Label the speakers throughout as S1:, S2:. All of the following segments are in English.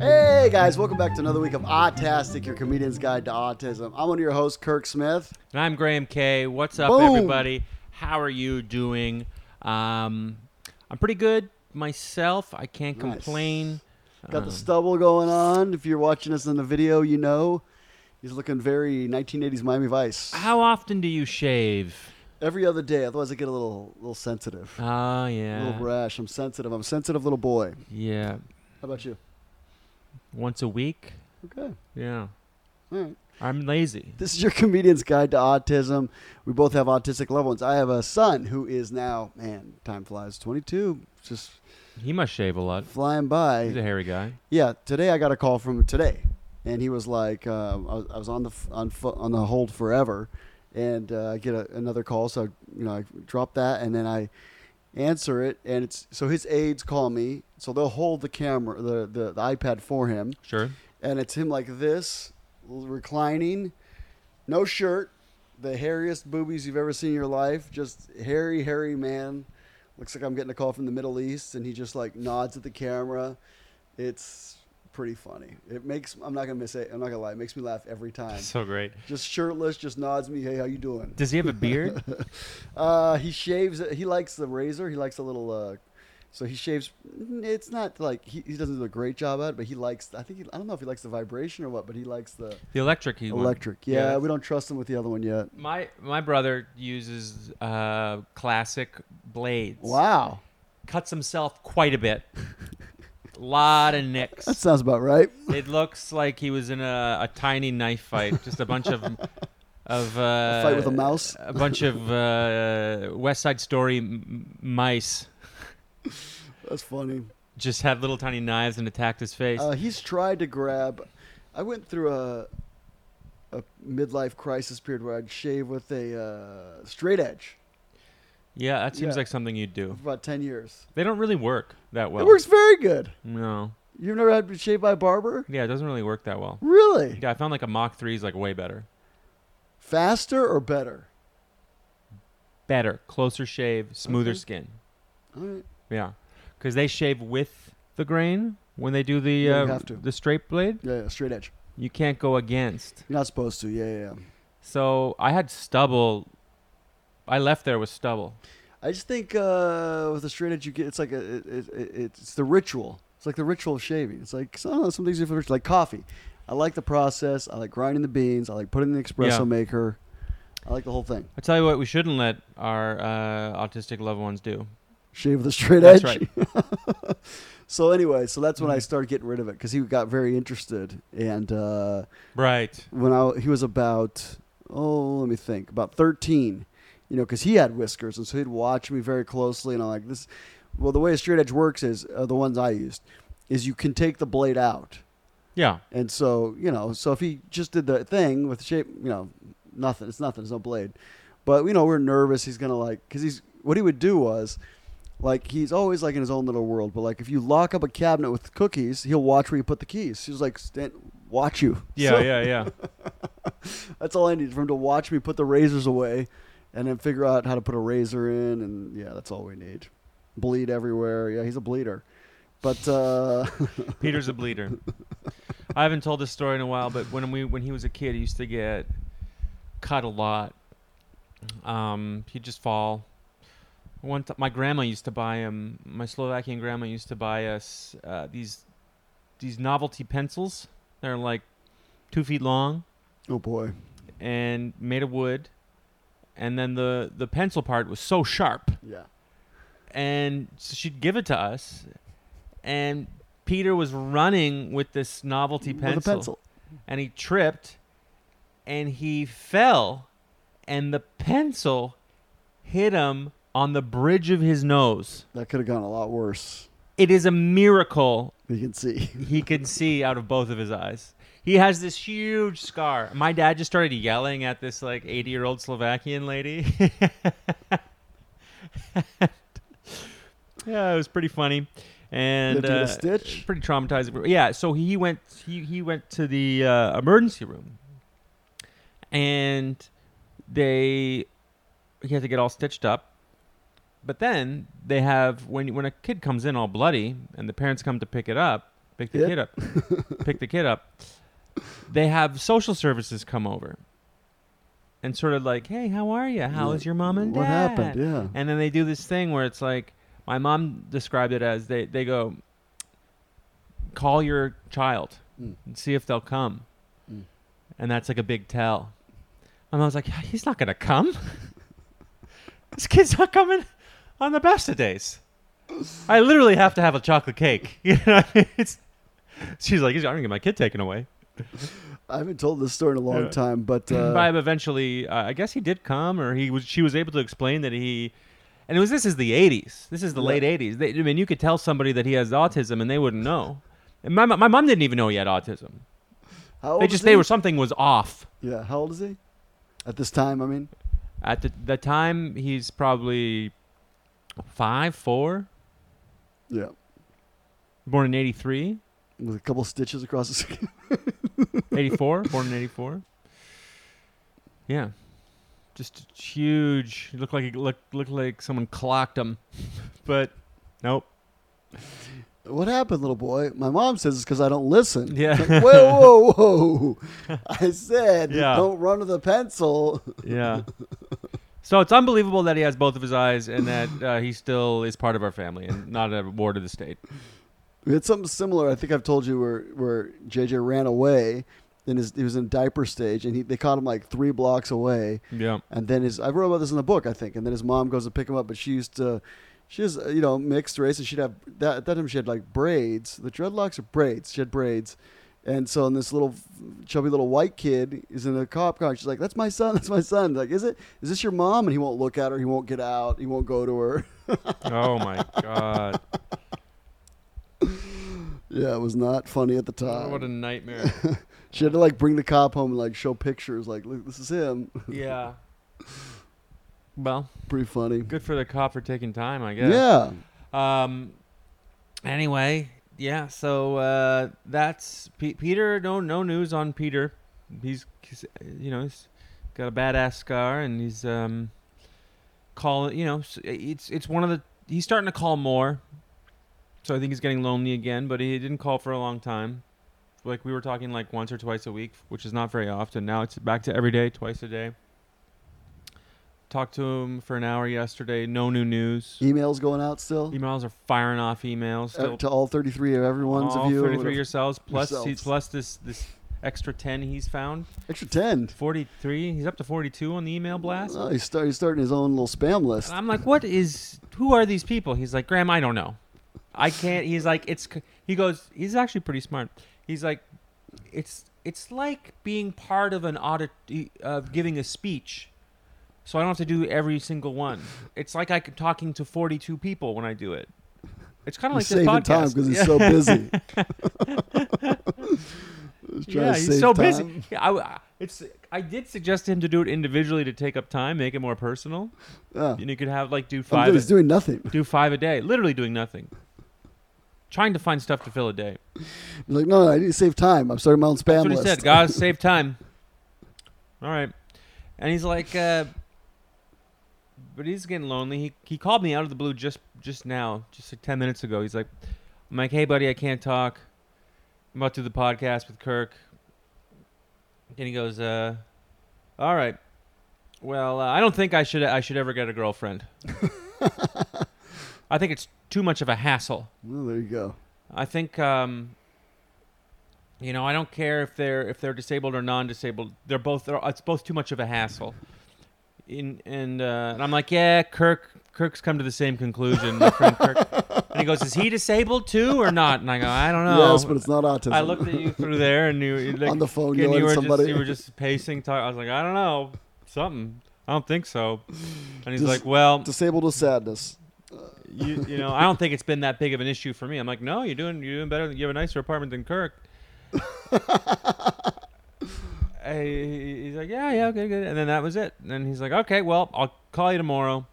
S1: Hey guys, welcome back to another week of Autastic, your comedian's guide to autism. I'm one of your hosts, Kirk Smith.
S2: And I'm Graham K. What's up,
S1: Boom.
S2: everybody? How are you doing? Um, I'm pretty good myself. I can't
S1: Nice.
S2: complain.
S1: Got
S2: Um,
S1: the stubble going on. If you're watching us in the video, you know he's looking very 1980s Miami Vice.
S2: How often do you shave?
S1: Every other day, otherwise I get a little, little sensitive,
S2: Oh
S1: a little
S2: yeah,
S1: rash. I'm sensitive. I'm a sensitive little boy. How
S2: yeah.
S1: about you?
S2: Once a week.
S1: Okay.
S2: Yeah.
S1: All right.
S2: I'm lazy.
S1: This is your comedian's guide to autism. We both have autistic loved ones. I have a son who is now, man, time flies, 22, just
S2: He must shave a lot.
S1: flying by.
S2: He's a hairy guy.
S1: Yeah, today I got a call from him today, and he was like, uh, I, was, I was on the f- on fo- on the hold forever, and uh, I get a, another call, so you know I drop that, and then I answer it, and it's so his aides call me, so they'll hold the camera, the the, the iPad for him,
S2: Sure.
S1: and it's him like this, reclining, no shirt, the hairiest boobies you've ever seen in your life, just hairy, hairy man. Looks like I'm getting a call from the Middle East, and he just like nods at the camera. It's pretty funny. It makes I'm not gonna miss it. I'm not gonna lie. It makes me laugh every time.
S2: So great.
S1: Just shirtless, just nods me. Hey, how you doing?
S2: Does he have a beard?
S1: Uh, he shaves. He likes the razor. He likes a little. Uh, so he shaves. It's not like he, he doesn't do a great job at, it, but he likes. I think he, I don't know if he likes the vibration or what, but he likes the
S2: the electric. He won.
S1: electric. Yeah, we don't trust him with the other one yet.
S2: My my brother uses uh, classic blades.
S1: Wow,
S2: Cuts himself quite a bit. A lot of nicks.
S1: that sounds about right.
S2: It looks like he was in a, a tiny knife fight. Just a bunch of of uh,
S1: fight with a mouse?
S2: A bunch of uh, West Side Story m- mice
S1: That's funny.
S2: just had little tiny knives and attacked his face.
S1: Uh, he's tried to grab. I went through a a midlife crisis period where I'd shave with a uh, straight edge
S2: yeah, that seems
S1: yeah.
S2: like something you'd do.
S1: for about ten years.
S2: They don't really work that well.
S1: it works very good.
S2: No.
S1: You've never had to shave by a barber,
S2: Yeah, it doesn't really work that well.
S1: really?
S2: Yeah, I found like a Mach 3 is like way better.
S1: Faster or better?
S2: Better, closer shave, smoother
S1: Okay.
S2: skin.
S1: All right.
S2: Yeah. Cuz they shave with the grain when they do the
S1: Yeah, you
S2: uh,
S1: have to.
S2: the straight blade.
S1: Yeah, yeah, straight edge.
S2: You can't go against.
S1: You're not supposed to. Yeah, yeah, yeah.
S2: So, I had stubble I left there with stubble.
S1: I just think uh, with the straight edge, you get it's like a it, it, it, it's the ritual. It's like the ritual of shaving. It's like I don't know, some things you feel rich- like coffee. I like the process. I like grinding the beans. I like putting in the espresso
S2: Yeah.
S1: maker. I like the whole thing.
S2: I tell you what, we shouldn't let our uh, autistic loved ones do.
S1: Shave with a straight
S2: That's Mm-hmm.
S1: edge. so anyway, so that's when I started getting rid of it because he got very interested, and uh,
S2: Right.
S1: when I he was about oh let me think about thirteen, you know, because he had whiskers and so he'd watch me very closely and I'm like this. Well, the way a straight edge works is uh, the ones I used is you can take the blade out,
S2: Yeah.
S1: and so you know, so if he just did the thing with the shape, you know, nothing. It's nothing. It's no blade. But you know, we're nervous. He's gonna like because he's what he would do was. Like he's always like in his own little world, but like if you lock up a cabinet with cookies, he'll watch where you put the keys. He's like, stand, watch you.
S2: Yeah,
S1: So-
S2: yeah, yeah.
S1: that's all I need for him to watch me put the razors away, and then figure out how to put a razor in, and yeah, that's all we need. Bleed everywhere. Yeah, he's a bleeder. But uh,
S2: Peter's a bleeder. I haven't told this story in a while, but when we when he was a kid, he used to get cut a lot. Um, he'd just fall. One t- my grandma used to buy him. My Slovakian grandma used to buy us uh, these these novelty pencils. They're like two feet long
S1: oh boy,
S2: and made of wood, and then the the pencil part was so sharp
S1: yeah,
S2: and so she'd give it to us and peter was running with this novelty pencil,
S1: with a pencil.
S2: and he tripped and he fell and the pencil hit him on the bridge of his nose
S1: That could have gone a lot worse.
S2: it is a miracle
S1: You can see.
S2: he can see out of both of his eyes he has this huge scar my dad just started yelling at this like 80 year old slovakian lady yeah it was pretty funny and
S1: Did you get a
S2: uh,
S1: stitch?
S2: pretty traumatizing yeah so he went he, he went to the uh, emergency room and they he had to get all stitched up But then they have when when a kid comes in all bloody and the parents come to pick it up, pick the
S1: Yeah.
S2: kid up, pick the kid up. They have social services come over and sort of like, "Hey, how are you? How
S1: Yeah.
S2: is your mom and
S1: What
S2: dad?"
S1: happened? Yeah.
S2: And then they do this thing where it's like my mom described it as they they go call your child
S1: Mm.
S2: and see if they'll come.
S1: Mm.
S2: And that's like a big tell. And I was like, he's not going to come. this kid's not coming on the best of days. I literally have to have a chocolate cake. You know, what I mean? it's she's like, I'm going to get my kid taken away.
S1: I haven't told this story in a long
S2: Yeah.
S1: time, but
S2: But
S1: uh,
S2: I eventually, uh, I guess he did come, or he was. She was able to explain that he, and it was. This is the '80s. This is the
S1: Yeah.
S2: late '80s. They, I mean, you could tell somebody that he has autism, and they wouldn't know. And my my mom didn't even know he had autism.
S1: how old
S2: They
S1: is
S2: just
S1: he?
S2: they were something was off.
S1: Yeah, how old is he? At this time, I mean,
S2: At the the time, he's probably five, four,
S1: yeah,
S2: born in '83,
S1: with a couple stitches across his.
S2: '84, born in '84. Yeah, just huge. He looked like he looked looked like someone clocked him, but nope.
S1: what happened, little boy? My mom says it's because I don't listen.
S2: Yeah.
S1: whoa, whoa, whoa! I said,
S2: Yeah.
S1: don't run with a pencil.
S2: Yeah. So it's unbelievable that he has both of his eyes and that uh, he still is part of our family and not a ward of the state.
S1: We had something similar. I think I've told you where where JJ ran away, and his, he was in diaper stage, and he, they caught him like three blocks away,
S2: Yeah.
S1: and then his I wrote about this in the book, I think, and then his mom goes to pick him up, but she used to. She was, uh, you know, mixed race, and she'd have that at that time. She had like braids, the dreadlocks are braids. She had braids, and so and this little chubby little white kid is in a cop car. and She's like, "That's my son. That's my son." Like, is it? Is this your mom? And he won't look at her. He won't get out. He won't go to her.
S2: Oh my God.
S1: yeah, it was not funny at the time.
S2: what a nightmare.
S1: She had to like bring the cop home and like show pictures, like look, this is him.
S2: Yeah. Well,
S1: Pretty funny.
S2: good for the cop for taking time, I guess.
S1: Yeah.
S2: Yeah. Um. Anyway, yeah. So uh, that's Pe- Peter. No, no news on Peter. He's, he's, you know, he's got a badass scar, and he's um, call. You know, s- it's it's one of the. He's starting to call more, so I think he's getting lonely again. But he didn't call for a long time. Like we were talking, like once or twice a week, which is not very often. Now it's back to every day, twice a day. Talked to him for an hour yesterday. No new news.
S1: Emails going out still,
S2: Emails are firing off emails.
S1: Uh,
S2: Still,
S1: to all 33 of everyone's
S2: all
S1: of you. or
S2: 33
S1: whatever.
S2: yourselves plus he-
S1: yourselves.
S2: plus this this extra 10 he's found.
S1: Extra 10.
S2: 43. He's up to 42 on the email blast.
S1: Oh, he's, start, he's starting his own little spam list.
S2: And I'm like, what is? Who are these people? He's like, Graham, I don't know. I can't. He's like, it's. c- He goes. He's actually pretty smart. He's like, it's. It's like being part of an audit e, of giving a speech, so I don't have to do every single one. It's like I could talking to 42 people when I do it. It's kind of
S1: He's saving
S2: like this podcast.
S1: time because he's so
S2: Yeah.
S1: busy. he's trying
S2: yeah,
S1: to
S2: he's
S1: save
S2: so
S1: time.
S2: busy. Yeah, I, w- I- it's. I did suggest to him to do it individually to take up time, make it more personal,
S1: Yeah.
S2: and you could have like do
S1: I'm doing-
S2: five.
S1: he's doing nothing.
S2: do five a day, literally doing nothing, trying to find stuff to fill a day.
S1: He's like, no, no, I need to save time. I'm starting my own spam
S2: That's what he
S1: list.
S2: said. Guys, save time. All right, and he's like, uh, but he's getting lonely. He he called me out of the blue just just now, just like ten minutes ago. He's like, I'm like, hey buddy, I can't talk. I'm about to do the podcast with Kirk. And he goes, uh, all right. Well, uh, I don't think I should I should ever get a girlfriend. I think it's too much of a hassle.
S1: Well, Oh, there you go.
S2: I think um, you know I don't care if they're if they're disabled or non-disabled. They're both they're, it's both too much of a hassle. In and uh, and I'm like, yeah, Kirk Kirk's come to the same conclusion, my friend Kirk. And he goes, is he disabled too or not? And I go, I don't know.
S1: Yes, but it's not autism.
S2: I looked at you through there and you you like,
S1: on the phone
S2: and
S1: yelling
S2: you
S1: at
S2: were
S1: somebody.
S2: just you were just pacing. Talk. I was like, I don't know, something. I don't think so. And he's
S1: Dis-
S2: like, well,
S1: Disabled with sadness.
S2: you you know, I don't think it's been that big of an issue for me. I'm like, no, you're doing you're doing better. than- You have a nicer apartment than Kirk. I, he's like, yeah, yeah, okay, good. And then that was it. And then he's like, okay, well, I'll call you tomorrow.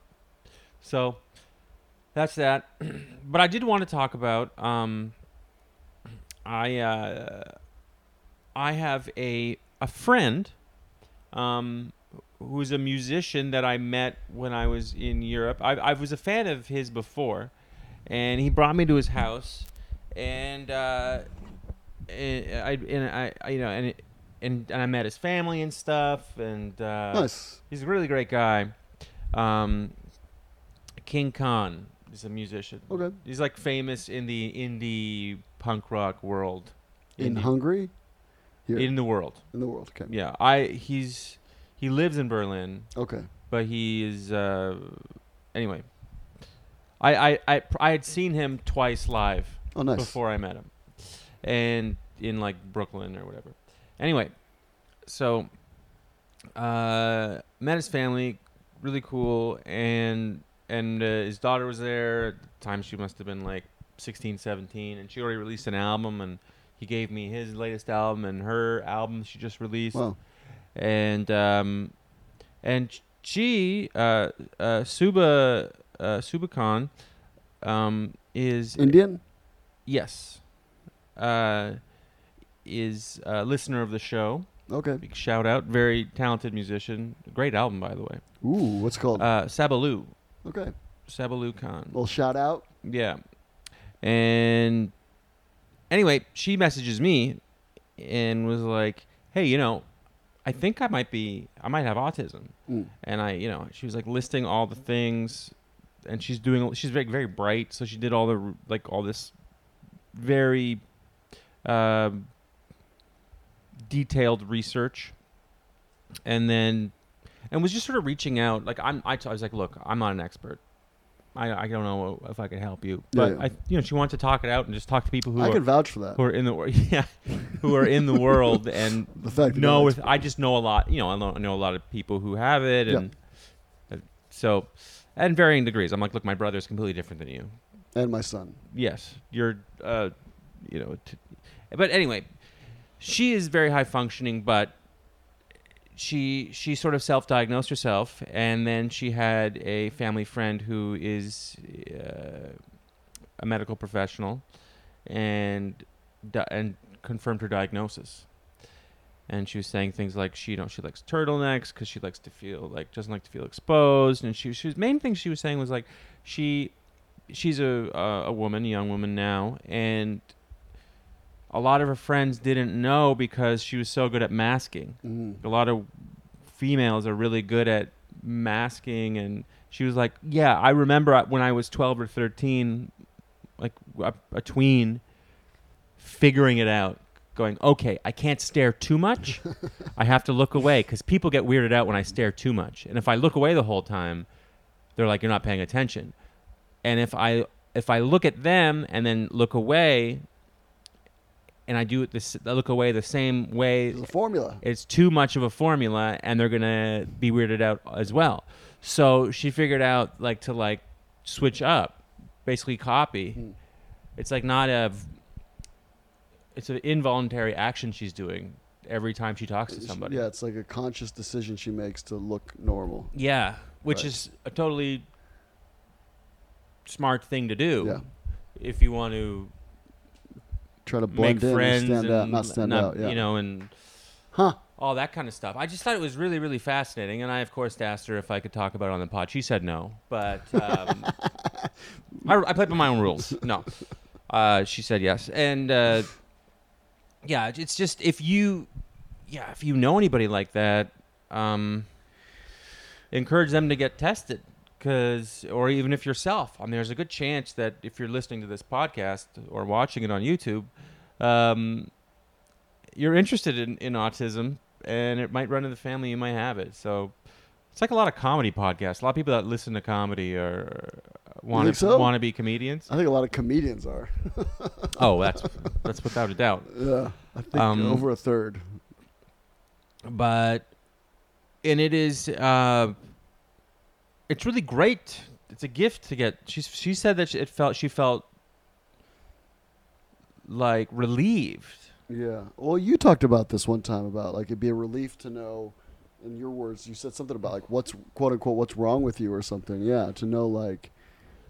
S2: So that's that. but I did want to talk about. Um, I uh, I have a a friend, um, who's a musician that I met when I was in Europe. I, I was a fan of his before, and he brought me to his house, and uh, and I and I, I you know and. It, and, and I met his family and stuff, and uh,
S1: nice.
S2: he's a really great guy. Um, King Khan is a musician.
S1: Okay.
S2: He's like famous in the indie punk rock world.
S1: In
S2: Indie-
S1: Hungary, here in,
S2: in the world.
S1: the world. Okay.
S2: Yeah, I he's he lives in Berlin,
S1: Okay.
S2: but he is uh, anyway. I, I I I had seen him twice live
S1: Oh, nice.
S2: before I met him, and in like Brooklyn or whatever. Anyway, so uh, met his family, really cool, and and uh, his daughter was there. At the time she must have been like 16, 17, and she already released an album, and he gave me his latest album and her album she just released
S1: Wow.
S2: and um, and she uh, uh, Suba uh, Subakhan um, is
S1: Indian.
S2: yes uh, is a listener of the show.
S1: Okay.
S2: Big shout out, very talented musician. Great album by the way.
S1: Ooh, what's it called?
S2: Uh, Sabalu
S1: okay.
S2: Sabalu Khan.
S1: Well, shout out.
S2: Yeah. And anyway, she messages me and was like, "Hey, you know, I think I might be I might have autism."
S1: Mm.
S2: And I, you know, she was like listing all the things and she's doing she's very very bright, so she did all the like all this very um detailed research and then and was just sort of reaching out like i'm i, t- I was like look i'm not an expert I, I don't know if i could help you
S1: Yeah,
S2: but
S1: yeah.
S2: i you know she wanted to talk it out and just talk to people who
S1: I
S2: are
S1: can vouch for that.
S2: who are in the wor- yeah who are in the world and
S1: The fact that
S2: know
S1: no
S2: if i just know a lot you know i know, I know a lot of people who have it
S1: Yeah.
S2: and uh, so and varying degrees i'm like look my brother's completely different than you
S1: and my son.
S2: yes you're uh you know t- but anyway she is very high functioning but she she sort of self-diagnosed herself and then she had a family friend who is uh, a medical professional and di- and confirmed her diagnosis and she was saying things like she you know she likes turtlenecks because she likes to feel like doesn't like to feel exposed and she she was main thing she was saying was like she she's a uh, a woman a young woman now and a lot of her friends didn't know because she was so good at masking
S1: Mm.
S2: a lot of females are really good at masking and she was like yeah i remember I- when i was 12 or 13 like a, a tween figuring it out going okay i can't stare too much i have to look away because people get weirded out when i stare too much and if i look away the whole time they're like you're not paying attention and if i if i look at them and then look away and i do it this i look away the same way
S1: The formula.
S2: it's too much of a formula and they're gonna be weirded out as well so she figured out like to like switch up basically copy
S1: Mm.
S2: it's like not a v- it's an involuntary action she's doing every time she talks to somebody
S1: Yeah, it's like a conscious decision she makes to look normal.
S2: Yeah, which
S1: Right.
S2: is a totally smart thing to do
S1: Yeah.
S2: if you want to
S1: Try to blend
S2: make
S1: in and
S2: friends
S1: stand out,
S2: and
S1: not stand out. Yeah.
S2: you know and
S1: huh.
S2: all that kind of stuff. I just thought it was really, really fascinating, and I of course asked her if I could talk about it on the pod. She said no, but um, I, I played by my own rules. No, uh, she said yes, and uh, yeah, it's just if you, yeah, if you know anybody like that, um, encourage them to get tested. Cause, or even if yourself, I mean, there's a good chance that if you're listening to this podcast or watching it on YouTube, um, you're interested in, in autism and it might run in the family you might have it so it's like a lot of comedy podcasts a lot of people that listen to comedy are want
S1: think
S2: to
S1: so?
S2: want to be comedians
S1: I think a lot of comedians are.
S2: oh that's that's without a doubt
S1: Yeah. I think
S2: Um,
S1: over a third.
S2: but and it is uh it's really great it's a gift to get she's she said that she, it felt she felt like relieved
S1: Yeah. Well, you talked about this one time about like it'd be a relief to know, in your words, you said something about like what's quote unquote what's wrong with you or something. Yeah. To know like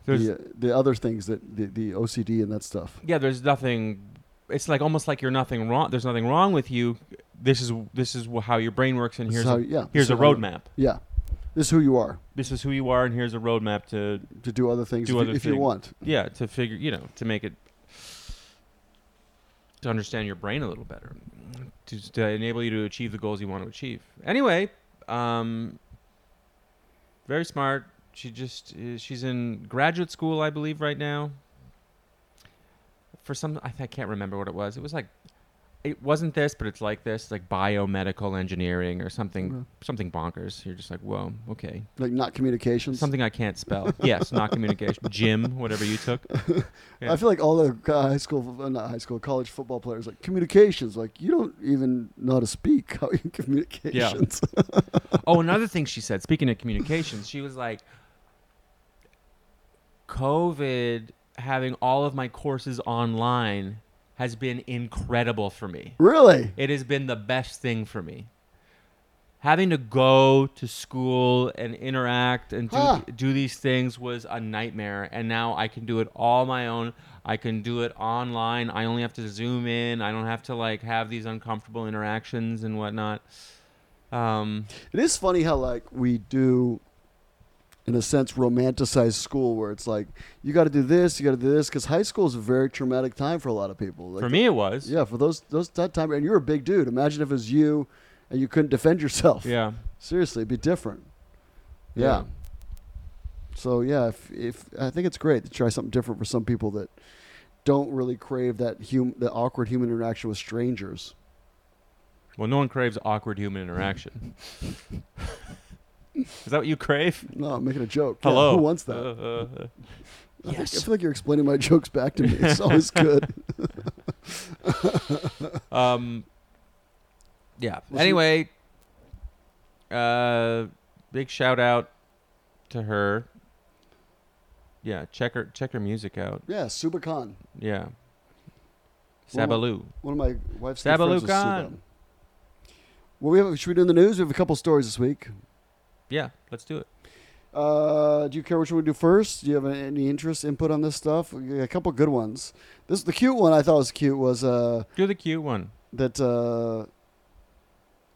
S2: there's
S1: the, the other things that the, the OCD and that stuff.
S2: yeah there's nothing it's like almost like you're nothing wrong there's nothing wrong with you this is this is wh- how your brain works, and
S1: This is
S2: here's
S1: how-
S2: a,
S1: yeah, this
S2: here's
S1: is
S2: a
S1: how you-
S2: roadmap.
S1: Yeah, this is who you are
S2: This is who you are, and here's a roadmap to
S1: to do other things
S2: Do
S1: if, you-
S2: other
S1: if you
S2: things.
S1: want.
S2: yeah to figure you know to make it to understand your brain a little better to, to enable you to achieve the goals you want to achieve anyway um very smart she just uh, she's in graduate school i believe right now for some i, I can't remember what it was it was like it wasn't this but it's like this like biomedical engineering or something
S1: Okay.
S2: something bonkers you're just like whoa okay
S1: Like not communications.
S2: something i can't spell yes not communication Jim, whatever you took yeah.
S1: I feel like all the uh, high school, uh, not high school, college football players like communications. Like you don't even know how to speak. How you communications?
S2: Oh, another thing she said, speaking of communications, she was like, COVID having all of my courses online has been incredible for me.
S1: really?
S2: It has been the best thing for me. Having to go to school and interact and do,
S1: Huh.
S2: do these things was a nightmare. And now I can do it all my own. I can do it online. I only have to zoom in. I don't have to like have these uncomfortable interactions and whatnot. Um,
S1: It is funny how like we do, in a sense, romanticize school, where it's like you got to do this, you got to do this, because high school is a very traumatic time for a lot of people. Like,
S2: for me, it was.
S1: yeah, for those those that time, and you're a big dude. Imagine if it was you, and you couldn't defend yourself.
S2: Yeah.
S1: seriously, it'd be different.
S2: Yeah.
S1: yeah. So yeah, if, if I think it's great to try something different for some people that don't really crave that hum, the awkward human interaction with strangers.
S2: Well, no one craves awkward human interaction. Is that what you crave?
S1: No, I'm making a joke. Yeah,
S2: Hello.
S1: who wants that?
S2: Uh, uh, uh.
S1: I think- I
S2: yes.
S1: feel like you're explaining my jokes back to me. It's always good.
S2: Um. Yeah.
S1: Was he-
S2: anyway, uh, big shout out to her. Yeah, check her check her music out.
S1: Yeah, Suba Khan.
S2: Yeah.
S1: Well,
S2: Sabaloo.
S1: One of my wife's good friends
S2: Sabalu
S1: was Suba.
S2: Khan.
S1: Well, we have, should we do in the news? We have a couple stories this week.
S2: Yeah, let's do it.
S1: Uh, do you care which one we do first? Do you have any interest input on this stuff? We got A couple good ones. This the cute one I thought was cute was uh,
S2: Do the cute one.
S1: that uh,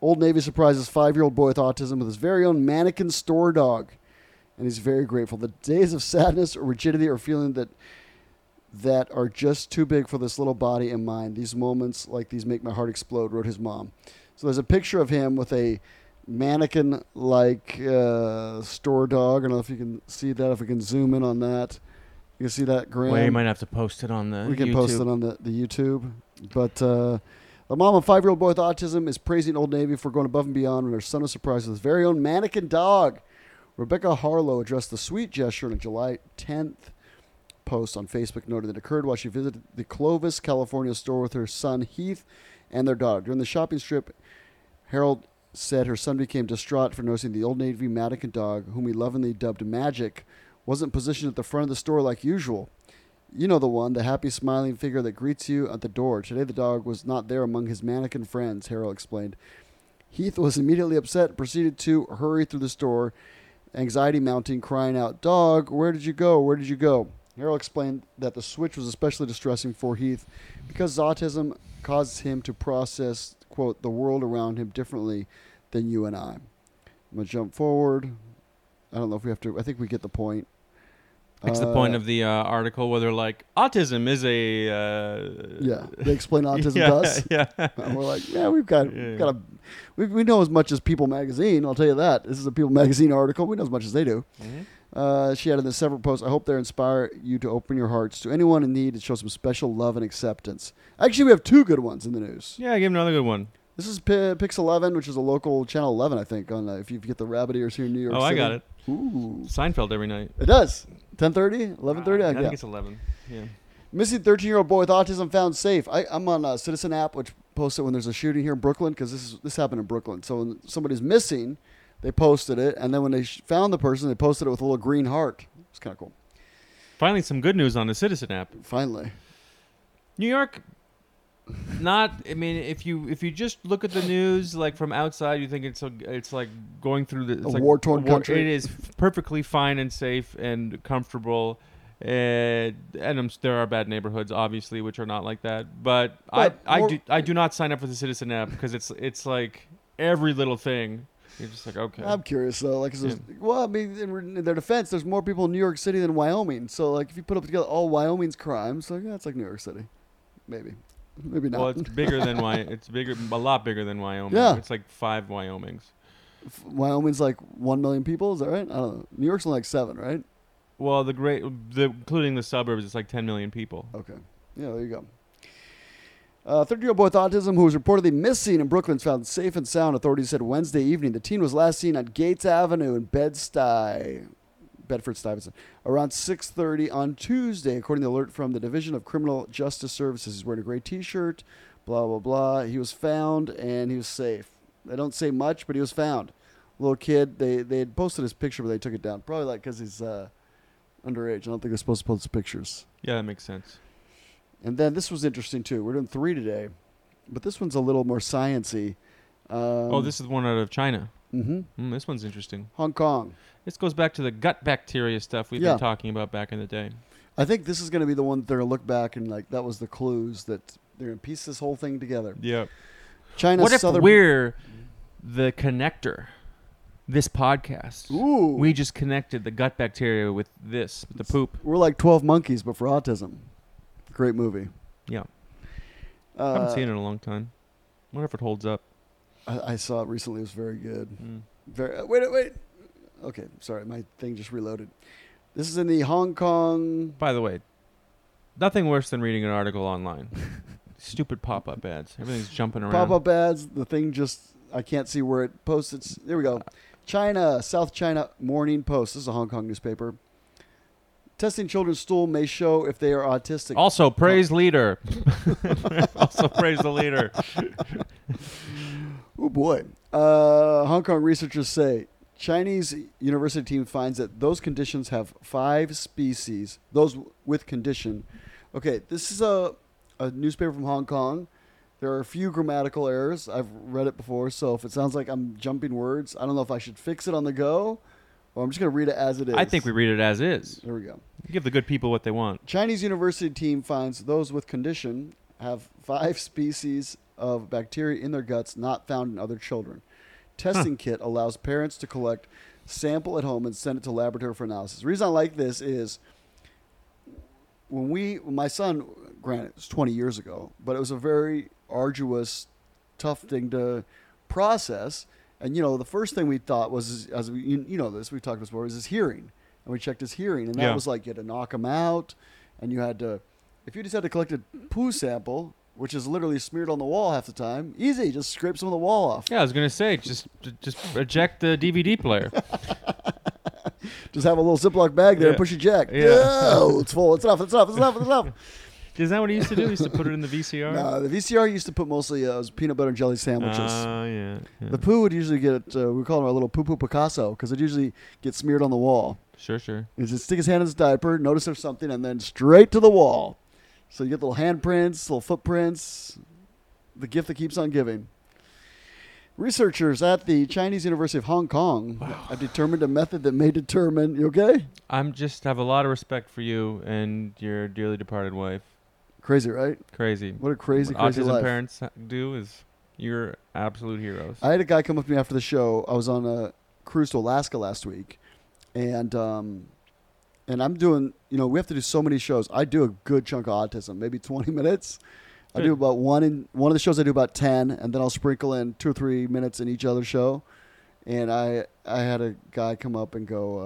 S1: Old Navy surprises five year old boy with autism with his very own mannequin store dog, and he's very grateful. The days of sadness or rigidity or feeling that that are just too big for this little body and mind. These moments like these make my heart explode. Wrote his mom. So there's a picture of him with a mannequin like uh, store dog. I don't know if you can see that. If we can zoom in on that, you can see that. Graham
S2: Well, you might have to post it on the.
S1: we can post it
S2: YouTube.
S1: on the, the YouTube. But uh, the mom of a five year old boy with autism is praising Old Navy for going above and beyond when her son was surprised with his very own mannequin dog. Rebecca Harlow addressed the sweet gesture in a July 10th post on Facebook, noting that it occurred while she visited the Clovis, California store with her son Heath and their dog. During the shopping strip, Harold said her son became distraught for noticing the Old Navy mannequin dog, whom he lovingly dubbed Magic, wasn't positioned at the front of the store like usual. You know the one, the happy, smiling figure that greets you at the door. Today, the dog was not there among his mannequin friends, Harold explained. Heath was immediately upset and proceeded to hurry through the store, anxiety mounting, crying out, Dog, where did you go? Where did you go? Harold explained that the switch was especially distressing for Heath because his autism causes him to process, quote, the world around him differently than you and I. I'm going to jump forward. I don't know if we have to, I think we get the point.
S2: That's the
S1: Uh,
S2: point of the uh, article where they're like, autism is a. Uh,
S1: Yeah, they explain autism
S2: yeah,
S1: to us.
S2: Yeah.
S1: And we're like, yeah, we've got,
S2: Yeah.
S1: we've got a, we, we know as much as People Magazine. I'll tell you that. This is a People Magazine article. We know as much as they do.
S2: Mm-hmm.
S1: Uh, she added in several posts, I hope they inspire you to open your hearts to anyone in need and show some special love and acceptance. Actually, we have two good ones in the news.
S2: Yeah, give him another good one.
S1: This is P- Pix11, which is a local Channel 11, I think, on uh, if you get the rabbit ears here in New York
S2: Oh, I
S1: City.
S2: got it.
S1: Ooh.
S2: Seinfeld every night.
S1: It does. 10.30? 11.30?
S2: I
S1: I,
S2: think
S1: guess.
S2: it's 11. Yeah.
S1: Missing 13 year old boy with autism found safe. I, I'm on a Citizen app, which posts it when there's a shooting here in Brooklyn, because this, is- this happened in Brooklyn. So when somebody's missing, they posted it. And then when they sh- found the person, they posted it with a little green heart. It's kind of cool.
S2: Finally, some good news on the Citizen app.
S1: Finally.
S2: New York, not. I mean, if you if you just look at the news like from outside, you think it's a, it's like going through the it's
S1: A
S2: like
S1: war-torn country.
S2: It is perfectly fine and safe and comfortable and, and I'm, s- there are bad neighborhoods, obviously, which are not like that. But
S1: But
S2: I, I
S1: more-
S2: do, I do not sign up for the Citizen app because it's, it's like every little thing. You're just like, okay,
S1: I'm curious though, like, 'cause there's- well, I mean, in, re- in their defense, there's more people in New York City than Wyoming. So, like, if you put up together all Wyoming's crimes, like, that's like New York City, maybe, maybe not.
S2: well, it's bigger than Wy. It's bigger, a lot bigger than Wyoming.
S1: Yeah.
S2: it's like five Wyomings.
S1: F- Wyoming's like one million people, is that right? I don't know. New York's only like seven, right?
S2: Well, the great, the, including the suburbs, it's like 10 million people.
S1: Okay, yeah, there you go. Uh, 30-year-old boy with autism who was reportedly missing in Brooklyn is found safe and sound. Authorities said Wednesday evening the teen was last seen on Gates Avenue in Bed-Stuy, Bedford Stuyvesant, around 6:30 on Tuesday, according to alert from the Division of Criminal Justice Services. He's wearing a gray T-shirt, blah blah blah. He was found and he was safe. They don't say much, but he was found. Little kid. They they had posted his picture, but they took it down. Probably like because he's uh, underage. I don't think they're supposed to post pictures.
S2: Yeah, that makes sense.
S1: And then this was interesting too. We're doing three today, but this one's a little more sciency. Um,
S2: oh, this is one out of China.
S1: hmm
S2: Mm, this one's interesting.
S1: Hong Kong.
S2: This goes back to the gut bacteria stuff we've
S1: Yeah.
S2: been talking about back in the day.
S1: I think this is going to be the one that they're going to look back and like that was the clues that they're going to piece this whole thing together.
S2: Yeah.
S1: China's
S2: What if
S1: southern.
S2: we're the connector? This podcast.
S1: Ooh,
S2: We just connected the gut bacteria with this, with the poop.
S1: we're like Twelve Monkeys, but for autism. Great movie.
S2: Yeah.
S1: Uh,
S2: I haven't seen it in a long time. wonder if it holds up.
S1: I, I saw it recently. It was very good.
S2: Mm.
S1: Very, uh, wait, wait. Okay, sorry, my thing just reloaded. This is in the Hong Kong.
S2: By the way, nothing worse than reading an article online. Stupid pop up ads. Everything's jumping around.
S1: Pop up ads. The thing just I can't see where it posts. It's there we go. China South China Morning Post. This is a Hong Kong newspaper. Testing children's stool may show if they are autistic.
S2: Also, praise leader. also, praise the leader.
S1: oh boy. Uh, Hong Kong researchers say Chinese university team finds that those conditions have five species. Those with condition. Okay, this is a a newspaper from Hong Kong. There are a few grammatical errors. I've read it before, so if it sounds like I'm jumping words, I don't know if I should fix it on the go, or I'm just gonna read it as it is.
S2: I think we read it as is.
S1: There we go.
S2: Give the good people what they want.
S1: Chinese university team finds those with condition have five species of bacteria in their guts not found in other children. Testing kit allows parents to collect sample at home and send it to laboratory for analysis. The reason I like this is when we, when my son, granted, it was 20 years ago, but it was a very arduous, tough thing to process. And you know, the first thing we thought was, as we, you you know, this we talked about before, was his hearing, and we checked his hearing, and that
S2: Yeah.
S1: was like you had to knock him out, and you had to, if you just had to collect a poo sample, which is literally smeared on the wall half the time, easy, just scrape some of the wall off.
S2: Yeah, I was gonna say just j- just eject the DVD player.
S1: Just have a little Ziploc bag there and
S2: Yeah.
S1: push a jack.
S2: Yeah.
S1: No, it's full. It's enough. It's enough. It's enough. It's enough.
S2: Is that what he used to do? He used to put it in the VCR.
S1: No, the VCR used to put mostly uh, it was peanut butter and jelly sandwiches.
S2: Ah, yeah. yeah.
S1: the poo would usually get uh, we call it our little poo poo Picasso because it usually gets smeared on the wall.
S2: sure, sure.
S1: Is it stick his hand in his diaper, notice there's something, and then straight to the wall. So you get little handprints, little footprints, the gift that keeps on giving. Researchers at the Chinese University of Hong Kong have determined a method that may determine. You okay?
S2: I'm just have a lot of respect for you and your dearly departed wife.
S1: Crazy, right?
S2: Crazy.
S1: What a crazy,
S2: what
S1: crazy
S2: autism
S1: life.
S2: parents do is you're absolute heroes.
S1: I had a guy come up to me after the show. I was on a cruise to Alaska last week, and um, and I'm doing. You know, we have to do so many shows. I do a good chunk of autism, maybe 20 minutes. I do
S2: Good.
S1: about one in one of the shows. I do about 10, and then I'll sprinkle in two or three minutes in each other show. And I I had a guy come up and go,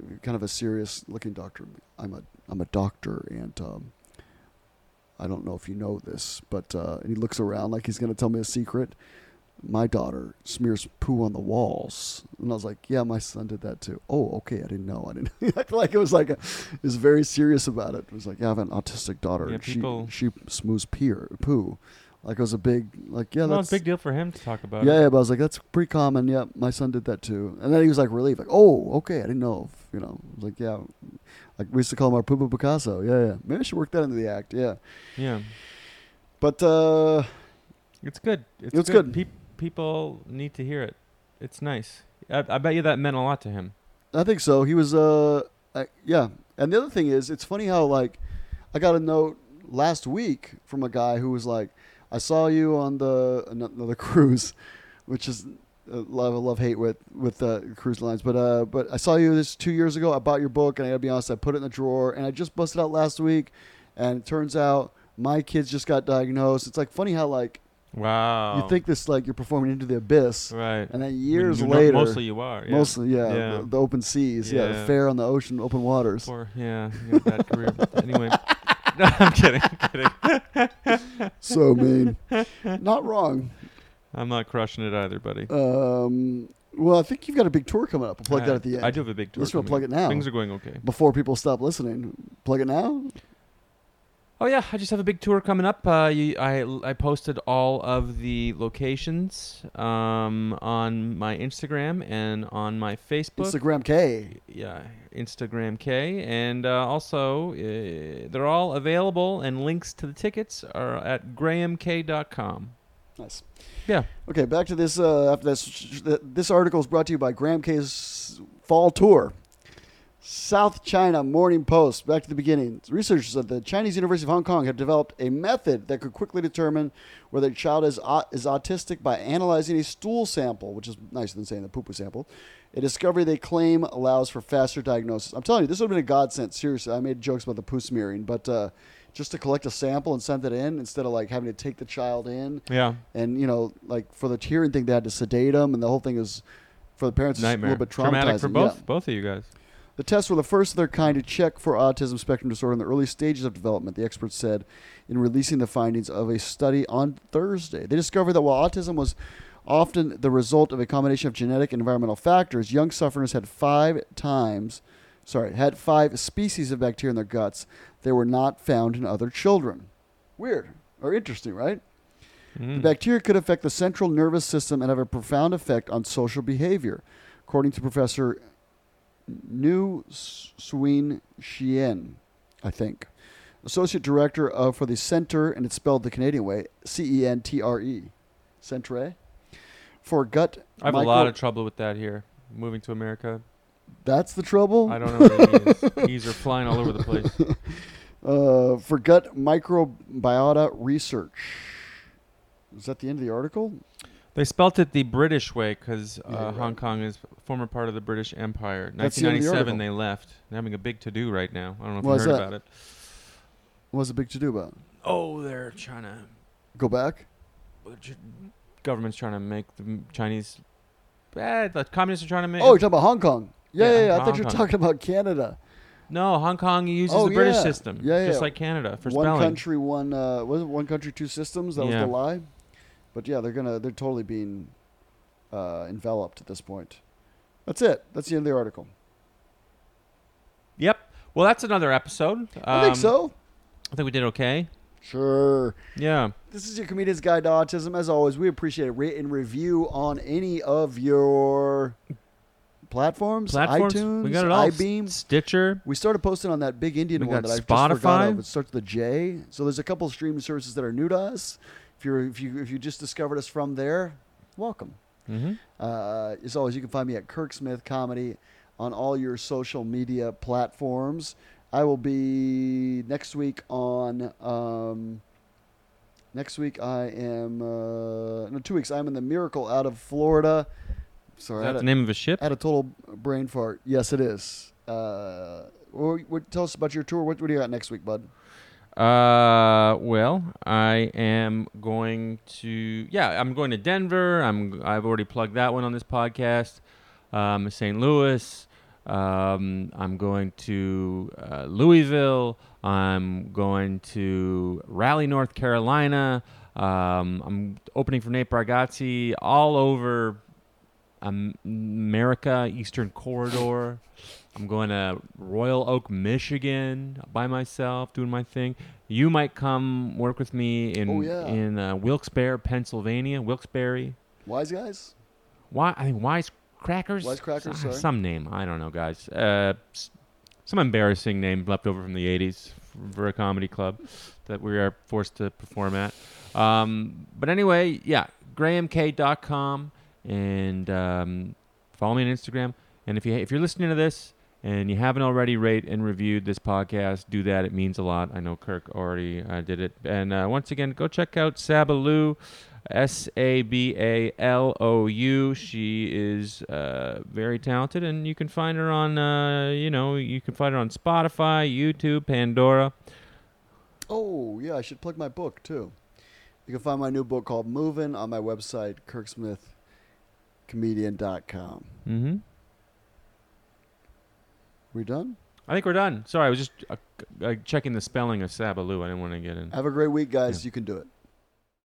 S1: uh, kind of a serious looking doctor. I'm a I'm a doctor, and um, I don't know if you know this, but uh, and he looks around like he's going to tell me a secret my daughter smears poo on the walls. And I was like, yeah, my son did that too. Oh, okay. I didn't know. I didn't He acted like it was like, a, it was very serious about it. It was like, yeah, I have an autistic daughter.
S2: Yeah,
S1: and
S2: people-
S1: She, she smoos peer, poo. Like it was a big, like, yeah,
S2: well,
S1: that's
S2: it's a big deal for him to talk about.
S1: yeah,
S2: it.
S1: yeah, but I was like, that's pretty common. Yeah, my son did that too. And then he was like relieved, like, oh, okay, I didn't know. If, you know, I was like, yeah, like we used to call him our poo poo Picasso. Yeah, yeah. Maybe I should work that into the act. Yeah.
S2: yeah.
S1: But, uh,
S2: It's good. It's,
S1: It's
S2: good.
S1: good.
S2: Peop- people need to hear it. It's nice. I, I bet you that meant a lot to him.
S1: I think so. He was uh I, yeah. And the other thing is, it's funny how like I got a note last week from a guy who was like, "I saw you on the ano- another cruise," which is uh, love love hate with with uh, cruise lines. But uh, but I saw you this two years ago. I bought your book, and I gotta be honest, I put it in the drawer, and I just busted out last week, and it turns out my kids just got diagnosed. It's like funny how like
S2: Wow.
S1: you think this like you're performing into the abyss,
S2: Right.
S1: and then years
S2: You know-
S1: later,
S2: Mostly you are. Yeah.
S1: mostly yeah,
S2: Yeah.
S1: The, the open seas, yeah,
S2: Yeah.
S1: the fair on the ocean, open waters.
S2: Or, yeah. You have that career. Anyway. No, I'm kidding. I'm kidding.
S1: so mean. Not wrong.
S2: I'm not crushing it either, buddy.
S1: Um, well, I think you've got a big tour coming up. We'll plug
S2: I-
S1: that at the end.
S2: I do have a big tour.
S1: Let's go
S2: coming
S1: plug
S2: up.
S1: it now.
S2: Things are going okay.
S1: Before people stop listening, plug it now.
S2: Oh yeah, I just have a big tour coming up. Uh, you, I I posted all of the locations um, on my Instagram and on my Facebook.
S1: Instagram K.
S2: yeah, Instagram K, and uh, also uh, they're all available, and links to the tickets are at grahamk.com.
S1: Nice.
S2: Yeah.
S1: Okay, back to this. Uh, after this, this article is brought to you by Graham K's fall tour. South China Morning Post. Back to the beginning. Researchers at the Chinese University of Hong Kong have developed a method that could quickly determine whether a child is au- is autistic by analyzing a stool sample, which is nicer than saying the poo-poo sample. A discovery they claim allows for faster diagnosis. I'm telling you, this would have been a godsend. Seriously, I made jokes about the poo smearing, but uh, just to collect a sample and send it in instead of like having to take the child in
S2: Yeah.
S1: and you know, like for the hearing thing, they had to sedate him, and the whole thing is for the parents it's
S2: Nightmare.
S1: a little bit traumatizing.
S2: Traumatic for
S1: Yeah.
S2: both both of you guys.
S1: The tests were the first of their kind to check for autism spectrum disorder in the early stages of development, the experts said in releasing the findings of a study on Thursday. They discovered that while autism was often the result of a combination of genetic and environmental factors, young sufferers had five times, sorry, had five species of bacteria in their guts that were not found in other children. Weird or interesting, right? The
S2: Mm.
S1: bacteria could affect the central nervous system and have a profound effect on social behavior, according to Professor New Suin Shien, I think, Associate Director of for the Center, and it's spelled the Canadian way, C E N T R E, Centre, for gut.
S2: I have a
S1: micro-
S2: lot of trouble with that here. Moving to America,
S1: That's the trouble.
S2: I don't know what it is. These are flying all over the place.
S1: uh, for gut microbiota research. Is that the end of the article?
S2: They spelt it the British way because uh,
S1: Yeah, right.
S2: Hong Kong is former part of the British Empire.
S1: That's the end of the
S2: 1997,
S1: article.
S2: they left. They're having a big to do right now. I don't know if
S1: Why
S2: you
S1: is
S2: heard
S1: that?
S2: about it.
S1: What was a big to do about?
S2: Oh, they're trying to.
S1: Go back.
S2: Government's trying to make the m- Chinese. Eh, the communists are trying to make.
S1: Oh, you're talking about Hong Kong. Yeah,
S2: Yeah,
S1: yeah, yeah. I
S2: Hong
S1: thought you were
S2: Kong.
S1: talking about Canada.
S2: no, Hong Kong uses
S1: Oh,
S2: the British
S1: yeah.
S2: system.
S1: Yeah,
S2: Just
S1: yeah.
S2: like Canada for
S1: one
S2: spelling.
S1: country, one uh, was it one country, two systems? That was
S2: Yeah.
S1: the lie. But yeah, they're gonna they're totally being uh, enveloped at this point. That's it. That's the end of the article.
S2: Yep. Well, that's another episode.
S1: I think
S2: Um,
S1: so.
S2: I think we did okay.
S1: Sure.
S2: Yeah.
S1: This is your comedian's guide to autism. As always, we appreciate a rate and review on any of your platforms,
S2: Platforms.
S1: iTunes,
S2: we got it all. S-
S1: iBeam.
S2: Stitcher.
S1: We started posting on that big Indian
S2: We
S1: one
S2: got
S1: that I just forgot
S2: Spotify.
S1: of. It starts with a J. So there's a couple of streaming services that are new to us. If you're if you if you just discovered us from there, welcome.
S2: Mm-hmm.
S1: Uh, as always, you can find me at Kirk Smith Comedy on all your social media platforms. I will be next week on. Um, next week I am uh, no two weeks. I'm in the Miracle out of Florida. Sorry,
S2: Is
S1: I had
S2: that
S1: a-
S2: the name of a ship?
S1: had a total brain fart. Yes, it is. Uh, or what, tell us about your tour. What, what do you got next week, bud?
S2: Uh, well, I am going to yeah, I'm going to Denver. I'm I've already plugged that one on this podcast. Um, St. Louis. Um, I'm going to uh, Louisville. I'm going to Raleigh, North Carolina. Um, I'm opening for Nate Bargatze all over um, America, Eastern Corridor. I'm going to Royal Oak, Michigan, by myself, doing my thing. You might come work with me in
S1: Oh, yeah.
S2: in uh, Wilkes-Barre, Pennsylvania, Wilkes-Barre.
S1: Wise guys.
S2: Why I think Wise Crackers,
S1: Wise Crackers,
S2: some,
S1: sorry.
S2: name I don't know, guys. Uh, s- some embarrassing name left over from the '80s for a comedy club that we are forced to perform at. Um, but anyway, yeah, grahamk.com and um, follow me on Instagram. And if you if you're listening to this And you haven't already rate and reviewed this podcast, do that. It means a lot. I know Kirk already uh, did it. And uh, once again, go check out Sabaloo, S A B A L O U. She is uh, very talented, and you can find her on, uh, you know, you can find her on Spotify, YouTube, Pandora.
S1: Oh, yeah, I should plug my book too. You can find my new book called Moving on my website, kirksmithcomedian.com.
S2: Mm-hmm.
S1: We done?
S2: I think we're done. Sorry, I was just uh, c- uh, checking the spelling of Sabaloo. I didn't want to get in.
S1: Have a great week, guys. You can do it.